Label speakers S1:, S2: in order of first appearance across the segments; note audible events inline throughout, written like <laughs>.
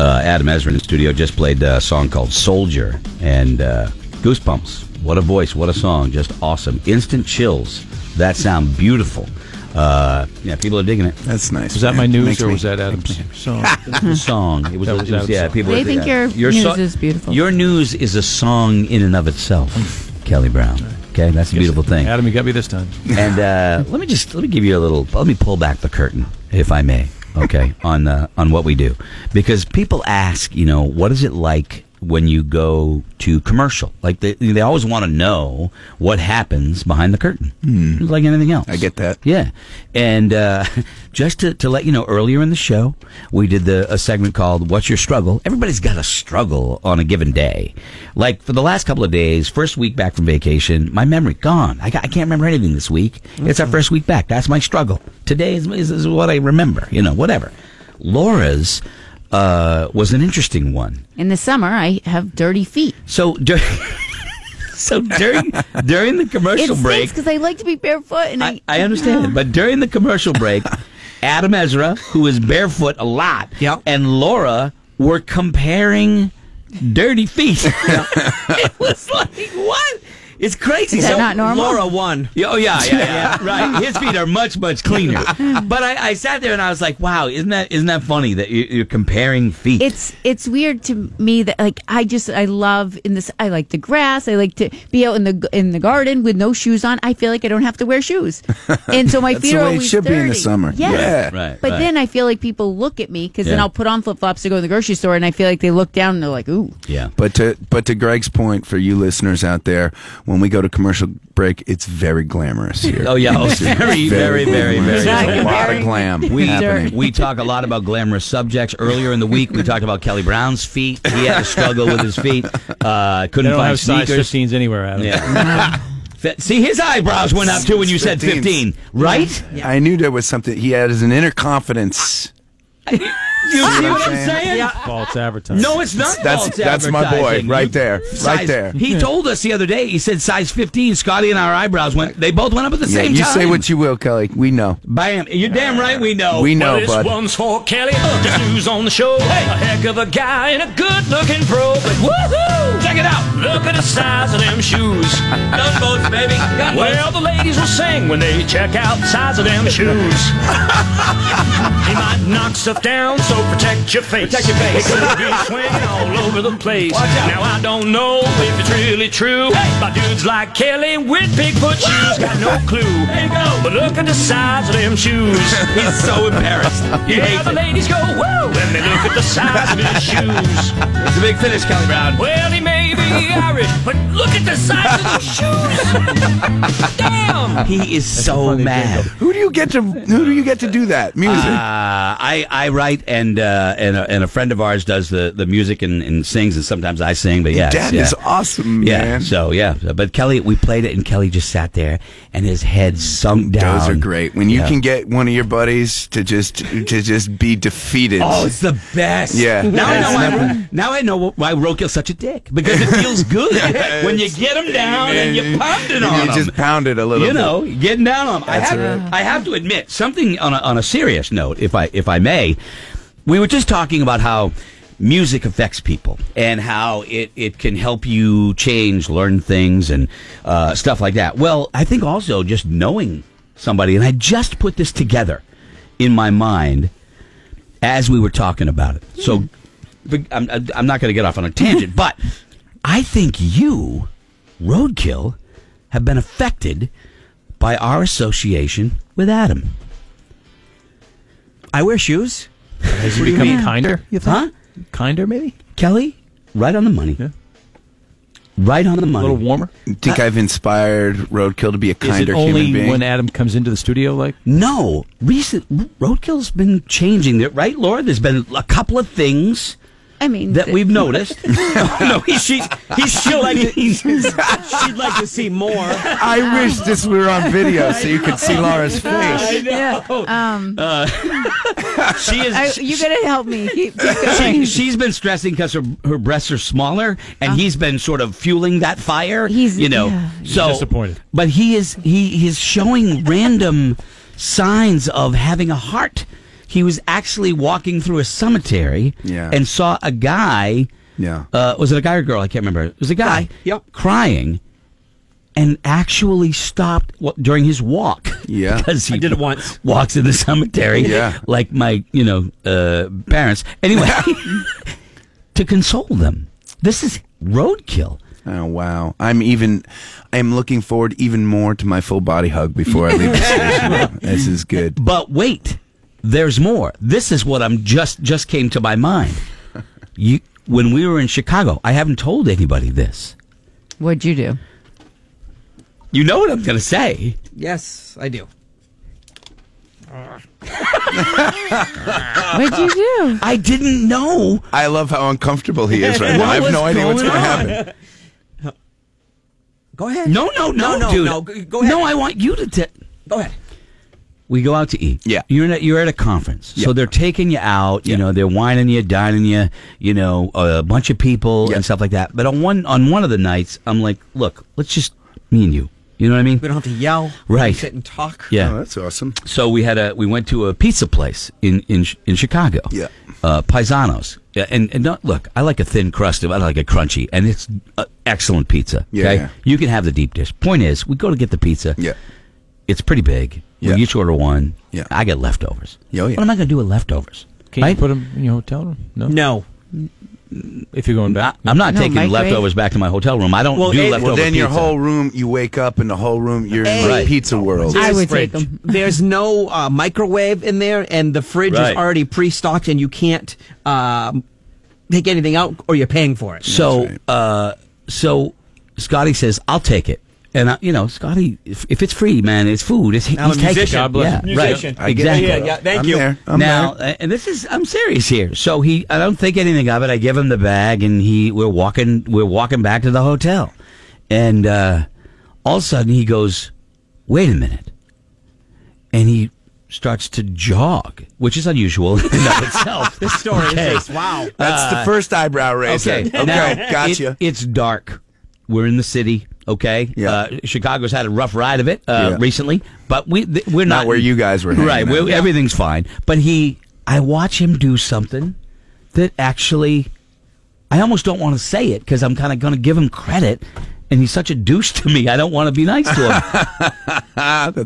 S1: uh, Adam Ezra in the studio just played a song called Soldier and uh, Goosebumps. What a voice, what a song, just awesome. Instant chills. That sound beautiful. Uh, yeah, people are digging it.
S2: That's nice.
S3: Was that
S2: man.
S3: my news
S2: Makes
S3: or
S2: me-
S3: was that Adam's song?
S1: The song. It was,
S3: Mm-hmm. That
S1: it
S3: was
S1: was-
S3: Adam's
S1: yeah,
S3: song.
S1: people
S4: They
S1: were-
S4: think
S1: yeah.
S4: your news is beautiful.
S1: Your news is a song in and of itself,
S3: Mm.
S1: Kelly Brown. Okay, that's a beautiful thing.
S3: Adam, you got me this time.
S1: <laughs> And uh, let me just let me give you a little. Let me pull back the curtain, if I may. Okay, <laughs> on uh, on what we do, because people ask, you know, what is it like when you go to commercial? Like they they always want to know what happens behind the curtain, It's like anything else.
S2: Hmm. I get that.
S1: Yeah, and uh, <laughs> just to, to let you know, earlier in the show, we did the a segment called "What's Your Struggle." Everybody's got a struggle on a given day. Like for the last couple of days, first week back from vacation, my memory gone. I, got, I can't remember anything this week. It's our first week back. That's my struggle. Today is, is, is what I remember. You know, whatever. Laura's uh, was an interesting one.
S4: In the summer, I have dirty feet.
S1: So during <laughs> so during during the
S4: It
S1: commercial break,
S4: stinks because I like to be barefoot, and I,
S1: I, I understand.
S4: <gasps>
S1: But during the commercial break,
S4: <laughs>
S1: Adam Ezra, who is barefoot a lot,
S5: Yep.
S1: and Laura were comparing dirty feet.
S4: <laughs>
S1: <laughs> it was like, what? It's crazy.
S4: Is that not normal?
S5: Laura won.
S1: Yeah, Oh yeah, yeah, yeah. <laughs> right. His feet are much, much
S4: <laughs>
S1: cleaner. But I, I sat there and I was like, "Wow, isn't that isn't that funny that you, you're comparing feet?"
S4: it's it's weird to me that like I just I love in this I like the grass I like to be out in the in the garden with no shoes on I feel like I don't have to wear shoes and so my
S2: That's
S4: feet
S2: the
S4: are
S2: way it
S4: always
S2: should be in the
S4: dirty.
S2: summer.
S4: yes.
S2: Yeah.
S1: Right,
S4: but
S1: right.
S4: then I feel like people look at me because then
S1: Yeah.
S4: I'll put on flip flops to go to the grocery store and I feel like they look down and they're like ooh
S1: yeah.
S2: But to but to Greg's point, for you listeners out there, when we go to commercial break, it's very glamorous here.
S1: Oh
S2: <laughs>
S1: yeah, oh, very, very, very, very.
S2: glamorous. There's
S4: very
S2: a lot of
S4: glamorous.
S2: glam
S1: We,
S2: happening.
S1: we talk a lot about glamorous subjects. Earlier in the week, we talked about Kelly Brown's feet. He had a struggle with his feet. Uh,
S3: They
S1: couldn't
S3: don't
S1: find
S3: have size
S1: sneakers.
S3: 15s anywhere, Adam.
S1: Yeah. Fit- See, his eyebrows went up too when you said
S2: 15s.
S1: 15, right?
S2: I knew there was something. He has an inner confidence.
S1: You see what I'm
S2: I'm saying?
S1: saying?
S3: False advertising.
S1: No, it's not.
S2: That's-
S1: false
S2: that's my boy,
S1: advertising.
S2: right
S1: You-
S2: there, right
S1: size-
S2: there.
S1: He told us the other day. He said size 15. Scotty and our eyebrows went. They both went up at the
S2: Yeah,
S1: same
S2: you
S1: time.
S2: say what you will, Kelly. We know.
S1: Bam! You're damn right. We know.
S2: We know,
S6: Well, this
S2: bud.
S6: one's for Kelly, uh, the news on the show. Hey, a heck of a guy and a good-looking pro. But woohoo! Check it out. Look at the size of them shoes. Gun boats, baby. Gun well, the ladies will sing when they check out the size of them shoes. he might knock stuff down, so protect your face. Protect your face. It could be swinging all over the place. Now I don't know if it's really true. My dudes like Kelly with bigfoot shoes got no clue. But look at the size of them shoes.
S1: He's so embarrassed. He
S6: Yeah,
S2: <laughs>
S1: hates
S6: the
S1: it.
S6: ladies go whoa when they look at the size of his shoes.
S1: It's a big finish, Kelly Brown.
S6: Well, he may be Irish, but look at the size of those <laughs> shoes. Damn.
S1: He is so
S3: funny
S1: mad.
S3: jingle.
S2: Who do you get to? Who do you get to do that music?
S1: Uh, I I write and uh, and a, and a friend of ours does the, the music and, and sings and sometimes I sing but yes, yeah
S2: Dad is awesome,
S1: yeah
S2: man.
S1: so yeah but Kelly we played it and Kelly just sat there and his head sunk down
S2: Those are great. When you
S1: Yeah.
S2: can get one of your buddies to just to just be defeated.
S1: oh it's the best
S2: Yeah.
S1: now I
S2: It's
S1: know why-
S2: nothing.
S1: now I know why Roki's such a dick because it feels
S2: <laughs>
S1: good when you get him down and you pound it
S2: And
S1: on
S2: you
S1: him
S2: just pound it a little.
S1: you know, getting down on 'em. I
S2: That's
S1: have, I have to admit something on a, on a serious note, if I if I may. We were just talking about how music affects people and how it, it can help you change, learn things, and uh, stuff like that. Well, I think also just knowing somebody, and I just put this together in my mind as we were talking about it. So
S2: Hmm.
S1: but I'm, I'm not going to get off on a
S2: <laughs>
S1: tangent, but I think you, Roadkill, have been affected by our association with Adam.
S5: I wear shoes.
S3: Has he become kinder? You think?
S1: Huh?
S3: Kinder, maybe?
S1: Kelly, right on the money.
S3: Yeah.
S1: Right on the
S3: A
S1: money.
S3: little warmer?
S2: bit. think I've inspired Roadkill to be a
S3: Is it
S2: kinder
S3: only
S2: human being.
S3: when Adam comes into the studio like?
S1: No, recent Roadkill's been changing it, right, Laura? There's been a couple of things
S4: I mean
S1: that
S4: the- <laughs>
S1: we've
S3: <laughs>
S1: noticed. <laughs> no, he,
S5: She,
S1: he's still like
S3: <laughs>
S5: she'd like to see more.
S2: I wish this were
S1: <laughs>
S2: on video so you could see Laura's face.
S4: yeah um
S1: she is.
S4: I, you gotta help me keep, keep <laughs>
S1: she,
S4: going.
S1: she's been stressing because her, her breasts are smaller, and he's been sort of fueling that fire.
S4: Uh-huh. He's-
S1: you know,
S4: yeah.
S1: so
S3: disappointed.
S1: But he is he he's showing random signs of having a heart. he was actually walking through a cemetery
S2: Yeah.
S1: and saw a guy.
S2: Yeah.
S1: Uh, was it a guy or girl? I can't remember. It was a guy.
S5: Yep.
S1: Crying, and actually stopped wa- during his walk. <laughs>
S2: Yeah.
S1: because he
S5: I did it once.
S1: Walks in the cemetery.
S2: Yeah.
S1: Like my, you know, uh, parents.
S2: <laughs>
S1: Anyway, to console them. This is roadkill.
S2: Oh wow! I'm even. I'm looking forward even more to my full body hug before I leave the
S1: <laughs>
S2: station. this is good.
S1: But wait, there's more. This is what I'm just just came to my
S2: <laughs>
S1: mind. You when we were in Chicago, I haven't told anybody this.
S4: What'd you do?
S1: You know what I'm going to say.
S5: Yes, I do.
S4: What'd you do?
S1: I didn't know.
S2: I love how uncomfortable he
S1: <laughs>
S2: is right now. I have
S1: was
S2: no idea what's
S1: going
S2: going to
S1: on?
S2: happen.
S5: Go ahead.
S1: No, no, no,
S5: No, no,
S1: dude.
S5: no. G- go ahead.
S1: No, I want you to. T-
S5: Go ahead.
S1: we go out to eat.
S2: Yeah.
S1: You're in a, you're at a conference.
S2: Yeah.
S1: So they're taking you out, you
S2: Yeah.
S1: know, they're whining you, dining you, you know, a bunch of people
S2: Yeah.
S1: and stuff like that. But on one on one of the nights, I'm like, look, let's just me and you. You know what I mean?
S5: We don't have to yell. We
S1: Right.
S5: can sit and talk.
S1: Yeah.
S2: Oh, that's awesome.
S1: so we had a we went to a pizza place in in in Chicago.
S2: Yeah.
S1: uh, Paisanos. Yeah, and and not, look, I like a thin crust. I like a crunchy, and it's uh, excellent pizza.
S2: Yeah,
S1: okay?
S2: yeah.
S1: you can have the deep dish. Point is, we go to get the pizza.
S2: Yeah.
S1: it's pretty big.
S2: Yeah.
S1: We each order one.
S2: Yeah.
S1: I get leftovers.
S2: Yeah, oh, yeah.
S1: What am I going to do with leftovers?
S3: Can
S1: Right?
S3: you put them in your hotel room? No.
S5: No.
S3: If you're going
S1: I,
S3: back.
S1: am not
S4: No,
S1: taking
S4: microwave.
S1: leftovers back to my hotel room. I don't
S5: Well,
S1: do
S5: it- well,
S1: leftover
S2: Well, then your
S1: pizza.
S2: whole room, you wake up in the whole room, you're in
S1: Right.
S2: the pizza world.
S4: I would take
S5: Fridge.
S4: them.
S5: <laughs> There's no uh, microwave in there, and the fridge
S1: Right.
S5: is already pre-stocked, and you can't um, take anything out, or you're paying for it.
S1: So,
S2: That's
S1: uh, so Scotty says, "I'll take it." And I, you know, Scotty, if, if it's free, man, it's food. It's,
S5: I'm
S1: he's
S5: a
S1: taking
S5: musician.
S1: it.
S3: God bless
S1: yeah,
S3: you.
S1: right.
S5: Musician.
S2: I get
S1: exactly.
S2: it.
S5: Yeah, yeah, thank
S2: I'm
S5: you.
S2: There. I'm
S1: now,
S2: there.
S1: uh, and this is I'm serious here. So he, I don't think anything of it. I give him the bag, and he, we're walking, we're walking back to the hotel, and uh, all of a sudden he goes, "Wait a minute," and he starts to jog, which is unusual <laughs> in and of
S2: <laughs>
S1: itself.
S5: This story
S1: Okay.
S5: is just, wow.
S2: That's the first eyebrow raiser.
S1: Ah. Okay,
S2: Okay,
S1: now,
S2: gotcha.
S1: it- it's dark. We're in the city. Okay,
S2: Yeah.
S1: uh, Chicago's had a rough ride of it uh,
S2: Yeah.
S1: recently, but we th- we're not,
S2: Not where you guys were hanging
S1: Right,
S2: out.
S1: we're-
S2: Yeah.
S1: everything's fine. But he, I watch him do something that actually, I almost don't want to say it because I'm kind of going to give him credit, and he's such a douche to me. I don't want to be nice to him.
S2: <laughs>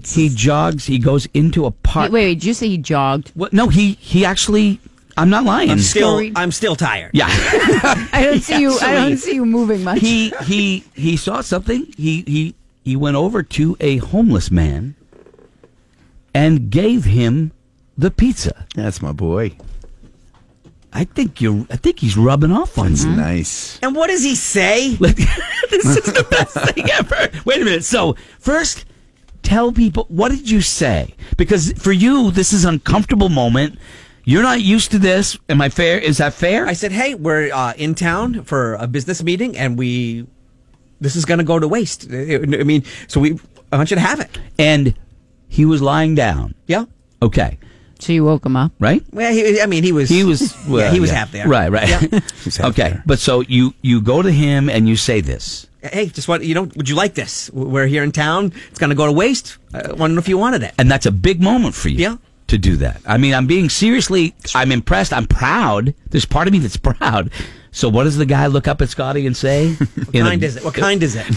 S1: he jogs. He goes into a
S4: Wait,
S1: park.
S4: wait, did you say you jogged?
S1: What, no, he he actually. I'm not lying.
S5: I'm still,
S4: Scurried.
S5: I'm still tired.
S1: yeah.
S4: I don't see you. I
S1: Actually,
S4: don't see you moving much.
S1: he he he saw something. He he he went over to a homeless man and gave him the pizza.
S2: That's my boy.
S1: I think you I think he's rubbing off on
S2: That's
S1: you.
S2: nice.
S5: And what does he say?
S1: Like, <laughs> this is the best thing ever. Wait a minute. So first, tell people what did you say? Because for you, this is uncomfortable moment. You're not used to this. Am I fair? Is that fair?
S5: I said, "Hey, we're uh, in town for a business meeting, and we this is going to go to waste. I I mean, so we I want you to have it.
S1: and he was lying down.
S5: Yeah.
S1: Okay.
S4: so you woke him up.
S1: Right.
S5: Well, he, I mean, he was
S1: He <laughs> was well,
S5: <laughs> yeah, he was half there.
S1: Right, right. <laughs>
S2: He's half
S1: okay,
S2: there.
S1: but so you you go to him and you say this.
S5: Hey, just what you know? Would you like this? We're here in town. It's going to go to waste. I wonder if you wanted it.
S1: And that's a big moment for you.
S5: Yeah.
S1: To do that. I mean, I'm being seriously I'm impressed. I'm proud. There's part of me that's <laughs> proud. So what does the guy look up at Scotty and <laughs> say?
S5: What kind is it? What kind is it?
S1: <laughs>
S5: <laughs>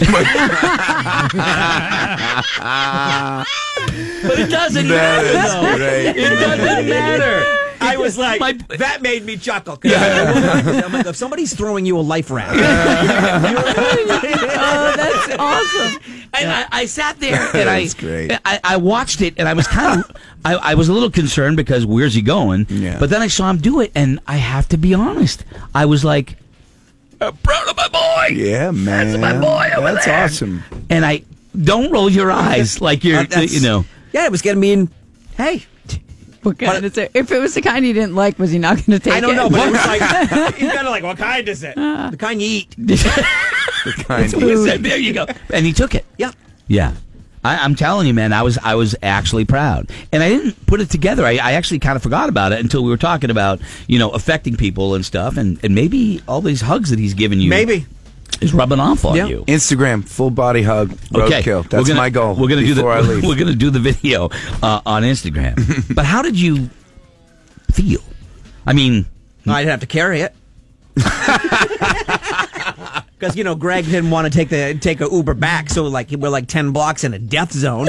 S1: But it doesn't <laughs>
S2: That
S1: matter. though.
S2: is great.
S1: It doesn't matter.
S5: I was like,
S1: My-
S5: <laughs> that made me chuckle. 'cause I'm like, if somebody's throwing you a life raft,
S4: Oh, that's awesome.
S1: And I, I sat <laughs> there and I,
S2: That's great.
S1: I I watched it and I was kind <laughs> of I, I was a little concerned because where's he going?
S2: Yeah.
S1: But then I saw him do it and I have to be honest. I was like I'm proud of my boy.
S2: Yeah, man.
S1: That's my boy over
S2: That's
S1: there.
S2: awesome. Uh,
S1: And I don't roll your eyes
S2: <laughs>
S1: like <laughs> you're
S5: Uh, that's-
S1: you know. <laughs>
S5: yeah, it was going to mean, hey,
S4: What kind is it? If it was the kind he didn't like, was he not going to take it?
S5: I don't know, but
S1: <laughs>
S5: it was like, <laughs> he's kind of like, what kind is it?
S1: Uh.
S5: The kind you eat.
S2: Kind of.
S1: there you go. And he took it.
S5: Yep.
S1: Yeah. I, I'm telling you, man, I was I was actually proud, and I didn't put it together. I, I actually kind of forgot about it until we were talking about you know affecting people and stuff, and, and maybe all these hugs that he's giving you
S5: Maybe.
S1: is rubbing off on
S5: Yeah.
S1: you.
S2: Instagram, full body hug,
S1: Okay,
S2: roadkill.
S1: we're
S2: That's
S1: gonna-
S2: my
S1: <laughs>
S2: goal.
S1: We're gonna do the
S2: before I leave. <laughs>
S1: we're gonna do the video uh, on Instagram. but how did you feel. I mean,
S5: I'd have to carry it. <laughs> Because you know, Greg didn't want to take the take a Uber back, so like we're like ten blocks in a
S1: <laughs>
S5: death zone.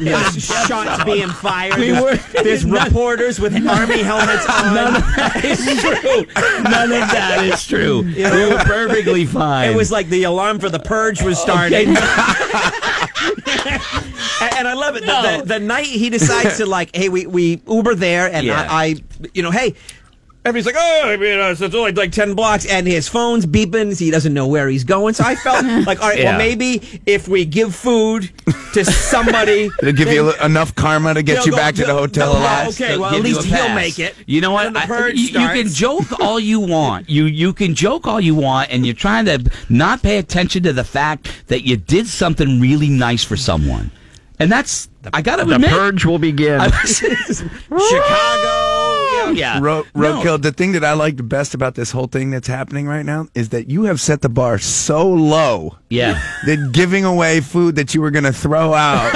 S5: There's shots being fired.
S3: We
S5: there's
S1: <laughs>
S3: were-
S5: there's reporters with army helmets on. <laughs>
S1: it's true. None of that is true. We were perfectly fine.
S5: It was like the alarm for the purge
S2: <laughs>
S5: was starting. and, <laughs> and I love it. that The, the night he decides to like, hey, we, we Uber there, and
S1: Yeah.
S5: I, I, you know, hey. Everybody's like, oh, I mean, uh, it's only like 10 blocks, and his phone's beeping, so he doesn't know where he's going. So
S2: <laughs>
S5: I felt like, all right,
S1: Yeah.
S5: well, maybe if we give food
S2: <laughs>
S5: to somebody.
S2: It'll give you
S5: then-
S2: a li- enough karma to get
S5: They'll
S2: you
S5: go-
S2: back to the
S5: they'll-
S2: hotel
S5: they'll-
S2: alive.
S5: okay,
S1: They'll
S5: well, at
S1: give
S5: least
S1: you a
S5: he'll
S1: pass.
S5: make it.
S1: You know what?
S5: And the
S1: I-
S5: purge
S1: you, you can
S5: starts.
S1: joke all you want. You you can joke all you want, and you're trying to not pay attention to the fact that you did something really nice for someone, and that's I gotta
S7: The
S1: admit.
S7: purge will
S1: <laughs>
S7: begin.
S5: <laughs> Chicago. yeah.
S1: yeah,
S2: Ro-
S1: No.
S2: Roadkill, the thing that I like the best about this whole thing that's happening right now is that you have set the bar so low
S1: Yeah.
S5: <laughs>
S2: that giving away food that you were going to throw
S1: <laughs>
S2: out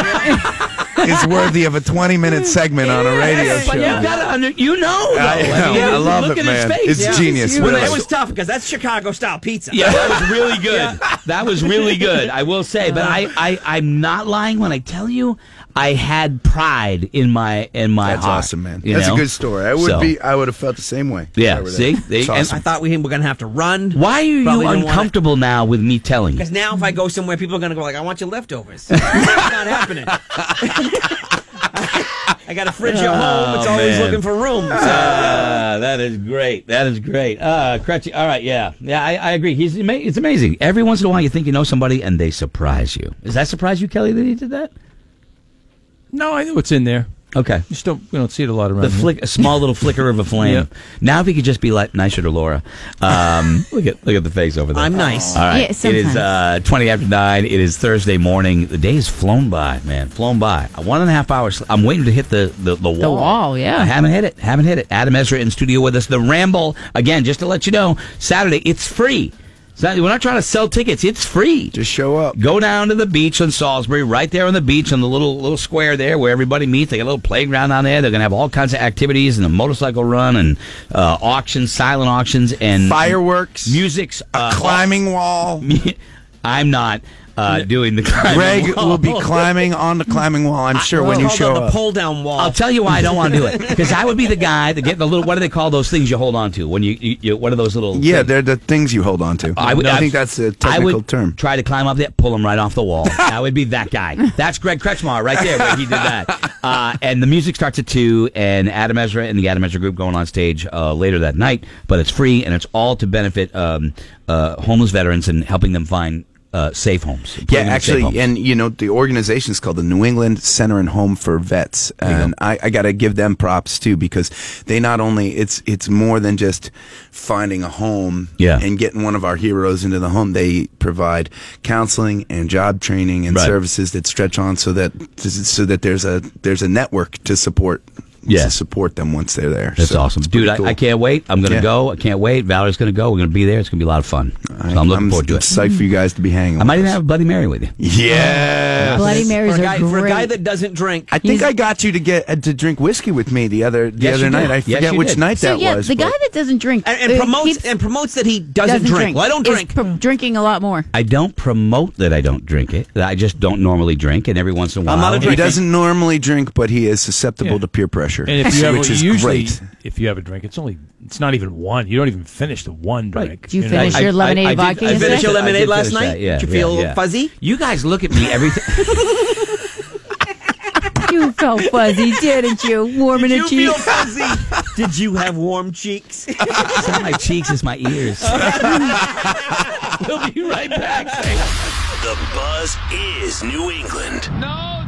S2: is worthy of a 20 minute segment on a radio
S1: Yes, but
S2: show.
S1: you gotta under, you know. Though.
S2: I, know.
S1: mean,
S2: I love
S1: look
S2: it,
S1: at his
S2: man.
S1: face.
S2: It's
S1: Yeah.
S2: genius.
S1: You-
S5: Well,
S2: really.
S5: that was tough because that's Chicago style pizza.
S1: Yeah, that was really good. That was really good. I will say, but I, I, I'm not lying when I tell you I had pride in my in my
S2: That's
S1: heart,
S2: awesome, man.
S1: you
S2: That's
S1: know?
S2: a good story. I would
S1: So,
S2: be. I would have felt the same way. if
S1: Yeah,
S2: I were
S1: see?
S2: there.
S1: They-
S2: It's
S1: and-
S2: awesome.
S5: I thought we were going to have to run.
S1: Why are you
S5: Probably didn't wanna-
S1: uncomfortable now with me telling you?
S2: <laughs>
S5: Because now if I go somewhere, people are going to go like, I want your
S1: <laughs>
S5: leftovers. it's not happening. <laughs> I got a fridge at home. It's
S1: Oh,
S5: always
S1: man.
S5: looking for room. So.
S1: Ah, that is great. That is great. Uh, Crutchy. All right. Yeah. Yeah. I, I agree. He's ama- it's amazing. Every once in a while, you think you know somebody, and they surprise you. Does that surprise you, Kelly, that he did that?
S3: No, I know what's in there.
S1: Okay.
S3: You just don't, we don't see it a lot around
S1: The
S3: here.
S1: flick, a small little flicker <laughs> of a flame.
S3: Yeah.
S1: Now, if he could just be like nicer to Laura. Um, <laughs> look at look at the face over there.
S5: I'm nice.
S1: All right.
S4: Yeah,
S1: it is
S4: sometimes.
S1: uh, 20 after 9. It is Thursday morning. The day has flown by, man. Flown by. A One and a half hours. I'm waiting to hit the, the, the wall.
S4: wall, yeah.
S1: I haven't hit it. Haven't hit it. Adam Ezra in studio with us. The Ramble, again, just to let you know, Saturday, it's free. It's not- we're not trying to sell tickets. It's free.
S2: Just show up.
S1: Go down to the beach in Salisbury, right there on the beach, on the little little square there where everybody meets. They got a little playground down there. They're going to have all kinds of activities and a motorcycle run and uh, auctions, silent auctions, and
S2: Fireworks.
S1: music's uh,
S2: climbing wall.
S1: <laughs> I'm not uh, doing the climbing <laughs>
S2: Greg
S1: wall.
S2: will be climbing on the climbing wall. I'm sure when you
S5: Called
S2: show
S5: on the
S2: up.
S5: pull down wall.
S1: I'll tell you why I don't want to do it because I would be the guy that get the little. What do they call those things you hold on to when you? you, you what are those little?
S2: Yeah,
S1: things?
S2: they're the things you hold on to. I
S1: would-
S2: think that's the
S1: I
S2: technical
S1: would
S2: term.
S1: Try to climb up there, pull him right off the
S2: <laughs>
S1: wall. I would be that guy. That's Greg Kretschmar right there where he did that. Uh, and the music starts at two, and Adam Ezra and the Adam Ezra group going on stage uh, later that night. But it's free, and it's all to benefit um, uh, homeless veterans and helping them find uh, safe homes. putting
S2: Yeah,
S1: them in safe homes.
S2: actually, and you know the organization is called the New England Center and Home for Vets, and I, I got to give them props too because they not only it's it's more than just finding a home,
S1: Yeah.
S2: and getting one of our heroes into the home. They provide counseling and job training and
S1: Right.
S2: services that stretch on so that so that there's a there's a network to support
S1: Yeah.
S2: to support them once they're there.
S1: That's
S2: So
S1: awesome,
S2: it's
S1: dude.
S2: pretty
S1: I,
S2: cool.
S1: I can't wait. I'm gonna
S2: Yeah.
S1: go. I can't wait. Valerie's gonna go. We're gonna be there. It's gonna be a lot of fun. So I'm looking forward to it.
S2: Psyched for you guys to be hanging.
S1: I might
S2: with
S1: even
S2: us.
S1: have a Bloody Mary with you.
S2: Yeah.
S4: Bloody
S5: for,
S4: Marys
S5: a
S4: are
S5: guy,
S4: great.
S5: for a guy that doesn't drink.
S2: I think
S4: He's-
S2: I got you to get uh, to drink whiskey with me the other the
S1: Yes,
S2: other
S1: you
S2: night.
S1: did.
S2: I
S1: Yes,
S2: forget
S1: you
S2: which
S1: did.
S2: night
S4: so
S2: that
S4: yeah,
S2: was.
S4: the
S2: but
S4: guy that doesn't drink
S5: and,
S4: uh,
S5: and promotes
S4: keeps-
S5: and promotes that he doesn't, drink. Well, I don't
S4: is
S5: drink.
S4: pr- drinking a lot more.
S1: I don't promote that I don't drink it. I just don't normally drink, and every once in a while,
S5: I'm not a
S2: um, he
S5: drinking.
S2: doesn't normally drink, but he is susceptible
S3: Yeah.
S2: to peer pressure,
S3: And if you have,
S2: <laughs> which is
S3: usually,
S2: great.
S3: if you have a drink, it's only it's not even one. You don't even finish the one drink.
S1: Right.
S4: Do you
S3: know?
S1: I-
S4: finish
S1: I-
S4: your lemonade
S1: I- I did-
S4: vodka
S1: I
S4: yesterday?
S1: finished
S5: Finish your
S1: it. I
S5: lemonade
S1: did
S5: last
S1: finish
S5: night?
S1: that. Yeah,
S5: Did you
S1: yeah,
S5: feel
S1: yeah.
S5: fuzzy?
S1: You guys look at me every <laughs> time.
S4: You felt fuzzy, didn't you? Warm in
S5: Did
S4: a
S5: you
S4: cheek.
S5: feel fuzzy? Did you have warm cheeks?
S1: it's not my cheeks, it's my
S5: <laughs>
S1: ears. <laughs> we'll be right back.
S8: The buzz is New England.
S6: No,